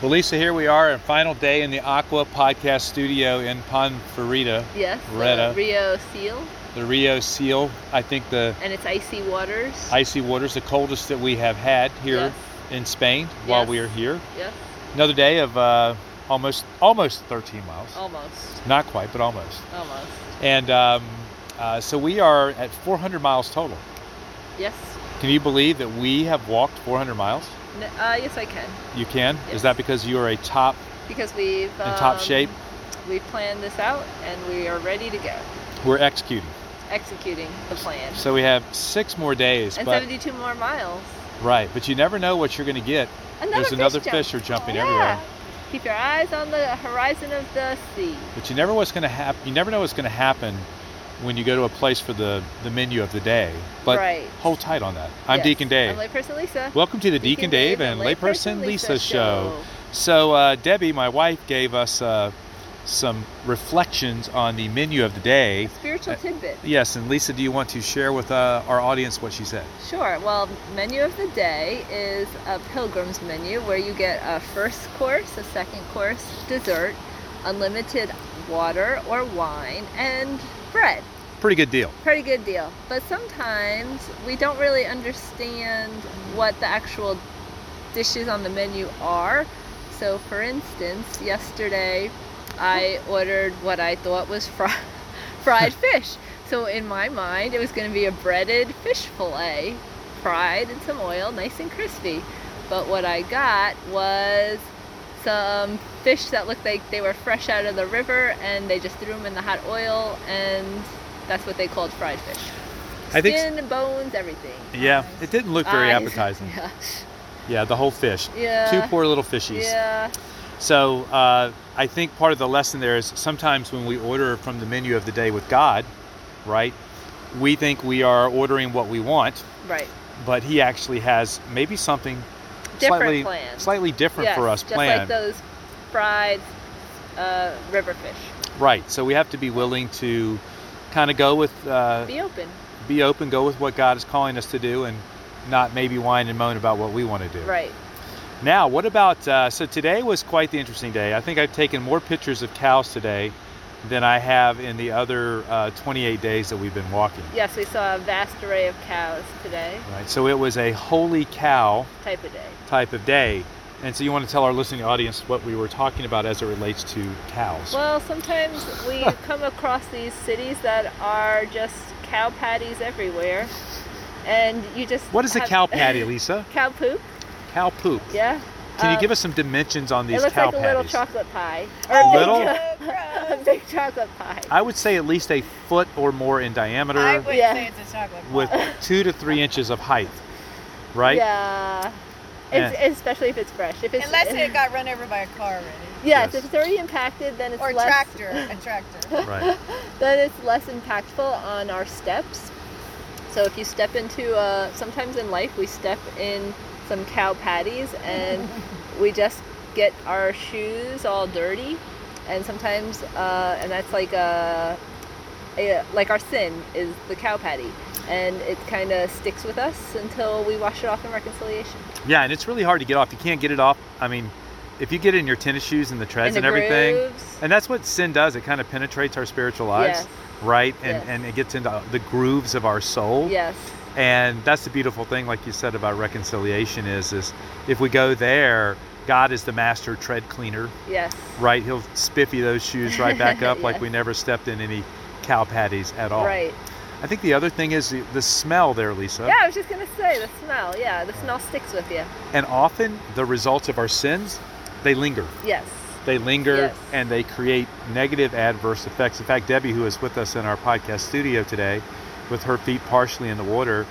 Well, Lisa, here we are, final day in the Aqua Podcast Studio in Ponferrada, Yes. the Retta. Rio seal, the Rio Seal. I think the and it's icy waters. icy waters, the coldest that we have had here Yes. in Spain while Yes. we are here. Yes, Another day of uh, almost almost 13 miles, Oh. almost, not quite, but almost. almost. And um, uh, so we are at 400 miles total. Yes. Can you believe that we have walked 400 miles? N- uh, yes, I can You can. Is Yes. Um, that because you are a top because we've in top shape. We planned this out, and we are ready to go, we're executing? executing the plan, So we have six more days, and but 72 more miles. right, but you never know what you're going to get. Another There's another jump. fish are jumping yeah. everywhere. Keep your eyes on the horizon of the sea. But you never what's going to happen. You never know what's going to happen when you go to a place for the the menu of the day. But Right. hold tight on that. I'm Yes. Deacon Dave. I'm layperson Lisa. Welcome to the Deacon, Dave, and Layperson Lisa show. So uh, Debbie, my wife, gave us uh, some reflections on the menu of the day. Spiritual Uh, tidbit. Yes, and Lisa, do you want to share with uh, our audience what she said? Sure. Well, menu of the day is a pilgrim's menu where you get a first course, a second course, dessert, unlimited water or wine, and bread. Pretty good deal. Pretty good deal. But sometimes we don't really understand what the actual dishes on the menu are. So, for instance, yesterday I ordered what I thought was fri- fried fish. So, in my mind, it was going to be a breaded fish fillet, fried in some oil, nice and crispy. But what I got was some fish that looked like they were fresh out of the river and they just threw them in the hot oil, and that's what they called fried fish. I think s- Skin, bones, everything. Yeah, it didn't look very Eyes. appetizing. Yeah. Yeah, the whole fish. Yeah. Two poor little fishies. Yeah. So uh, I think part of the lesson there is sometimes when we order from the menu of the day with God, right, we think we are ordering what we want, Right. but He actually has maybe something Different slightly plan. slightly different Yes, for us just planned. like those fried uh, river fish. Right. So we have to be willing to kind of go with, uh, Be open. be open, go with what God is calling us to do, and not maybe whine and moan about what we want to do. Right. Now, what about? Uh, so today was quite the interesting day. I think I've taken more pictures of cows today than I have in the other uh, 28 days that we've been walking. Yes, we saw a vast array of cows today, Right. So it was a holy cow type of day. type of day. And so you want to tell our listening audience what we were talking about as it relates to cows. Well, sometimes we come across these cities that are just cow patties everywhere, and you just. what is a have- cow patty, Lisa? cow poop. Cow poop. Yeah. Can you Um, give us some dimensions on these It looks cow like a little patties? chocolate pie. Oh, big Little? cho- a big chocolate pie. I would say at least a foot or more in diameter, I would Yeah. say it's a chocolate with bar. two to three inches of height. Right. Yeah. It's, Especially if it's fresh. If it's Unless it got run over by a car already. Yes, Yes. if it's already impacted, then it's Or a less. tractor. A tractor. Right. Then it's less impactful on our steps. So if you step into, uh, sometimes in life we step in some cow patties and we just get our shoes all dirty, and sometimes, uh, and that's like a, a, like our sin is the cow patty, and it kind of sticks with us until we wash it off in reconciliation. Yeah, and it's really hard to get off. You can't get it off. I mean, if you get it in your tennis shoes and the treads and, the everything, grooves. and that's what sin does. It kind of penetrates our spiritual lives, Yes. right? And Yes. and it gets into the grooves of our soul. Yes. And that's the beautiful thing, like you said about reconciliation, is is if we go there, God is the master tread cleaner, Yes. right? He'll spiffy those shoes right back up like Yes. we never stepped in any cow patties at all. Right. I think the other thing is the, the smell there, Lisa. Yeah, I was just gonna say the smell. Yeah, the smell sticks with you. And often the results of our sins, they linger. Yes. They linger Yes. and they create negative adverse effects. In fact, Debbie, who is with us in our podcast studio today, with her feet partially in the water,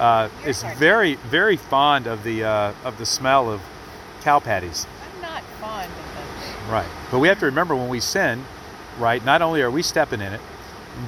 uh, is You're very, very fond of the uh, of the smell of cow patties. I'm not fond of them. Right. But we have to remember when we sin, right? Not only are we stepping in it,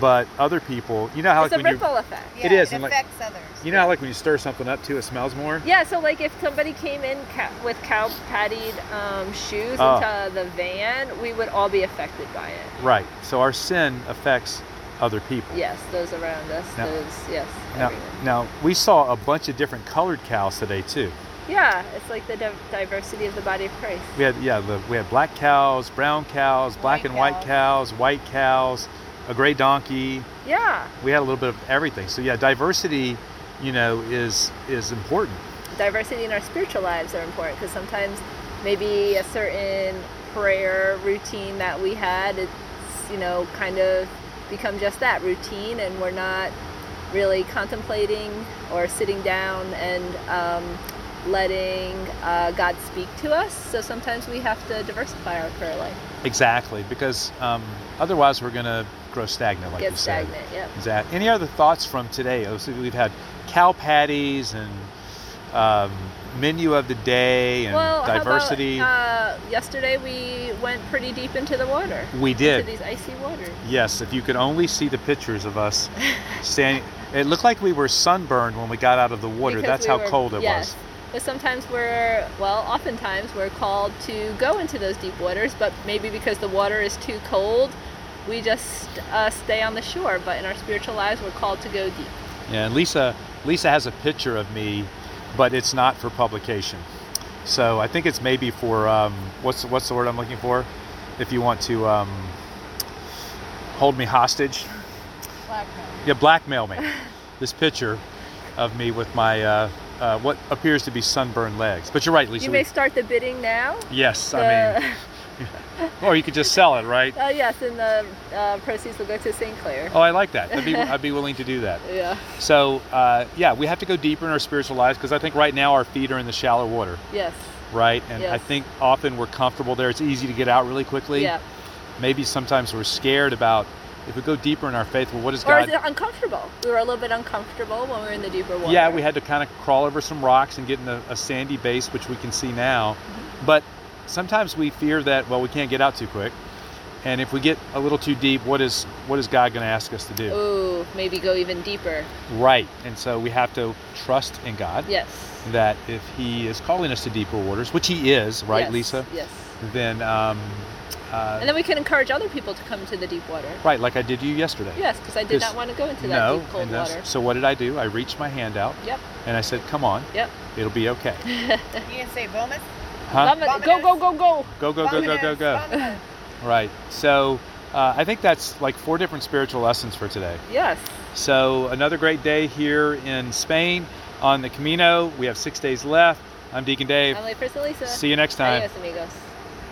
but other people. You know how it's like a when you ripple effect. Yeah, It is, It and like- affects others. you know how like when you stir something up too, it smells more. Yeah, so like if somebody came in ca- with cow pattied um, shoes Oh. into the van, we would all be affected by it. Right. So our sin affects other people. Yes, those around us, Now- those yes, Now, everyone. now we saw a bunch of different colored cows today too. Yeah, it's like the div- diversity of the body of Christ. We had yeah, the, we had black cows, brown cows, black White and white cows, white cows, a gray donkey. Yeah, We had a little bit of everything. So yeah, diversity, you know, is is important. diversity in our spiritual lives are important because sometimes maybe a certain prayer routine that we had, it's, you know, kind of become just that routine and we're not really contemplating or sitting down and um, letting uh, God speak to us. So sometimes we have to diversify our prayer life, Exactly, because um, otherwise we're gonna grow stagnant, like get you said. stagnant. Yep. Exactly. Any other thoughts from today? Obviously, We've had cow patties and um, menu of the day and Well, how about, diversity. uh, yesterday we went pretty deep into the water. we did. Into these icy waters. Yes, if you could only see the pictures of us standing. It looked like we were sunburned when we got out of the water. Because That's we how were- cold it yes. was. But sometimes we're, well, oftentimes we're called to go into those deep waters, but maybe because the water is too cold, we just uh, stay on the shore. But in our spiritual lives, we're called to go deep. Yeah, and Lisa, Lisa has a picture of me, but it's not for publication. So I think it's maybe for um, what's what's the word I'm looking for? If you want to um, hold me hostage, Blackmail. yeah, blackmail me. This picture of me with my uh, uh, what appears to be sunburned legs. But you're right, Lisa. you we- may start the bidding now. yes, I The- mean, or you could just sell it, right? uh, yes, and the uh, proceeds will go to St. Clair. Oh, I like that. I'd be, I'd be willing to do that. Yeah, So, uh, yeah, we have to go deeper in our spiritual lives because I think right now our feet are in the shallow water, yes. right? And I Yes. think often we're comfortable there. It's easy to get out really quickly. Yeah. Maybe sometimes we're scared about if we go deeper in our faith, well, what is Or is God? it uncomfortable? We were a little bit uncomfortable when we were in the deeper water. yeah, we had to kind of crawl over some rocks and get in a, a sandy base, which we can see now. Mm-hmm. But sometimes we fear that, well, we can't get out too quick. And if we get a little too deep, what is what is God going to ask us to do? Ooh, maybe go even deeper. Right. And so we have to trust in God. Yes. that if he is calling us to deeper waters, which he is, right, Yes, Lisa? Yes. Then, um, uh, And then we can encourage other people to come to the deep water. right, like I did you yesterday. Yes, because I did 'Cause- not want to go into that No. deep cold and that's- water. So what did I do? I reached my hand out Yep. and I said, "Come on, Yep. it'll be okay." You didn't say bonus? Huh? Vomit- go, go, go, go. Go, go, go, go, go, go. Right. So uh, I think that's like four different spiritual lessons for today. Yes. So another great day here in Spain on the Camino. We have six days left. I'm Deacon Dave. I'm late for Lisa. See you next time. Adios, amigos.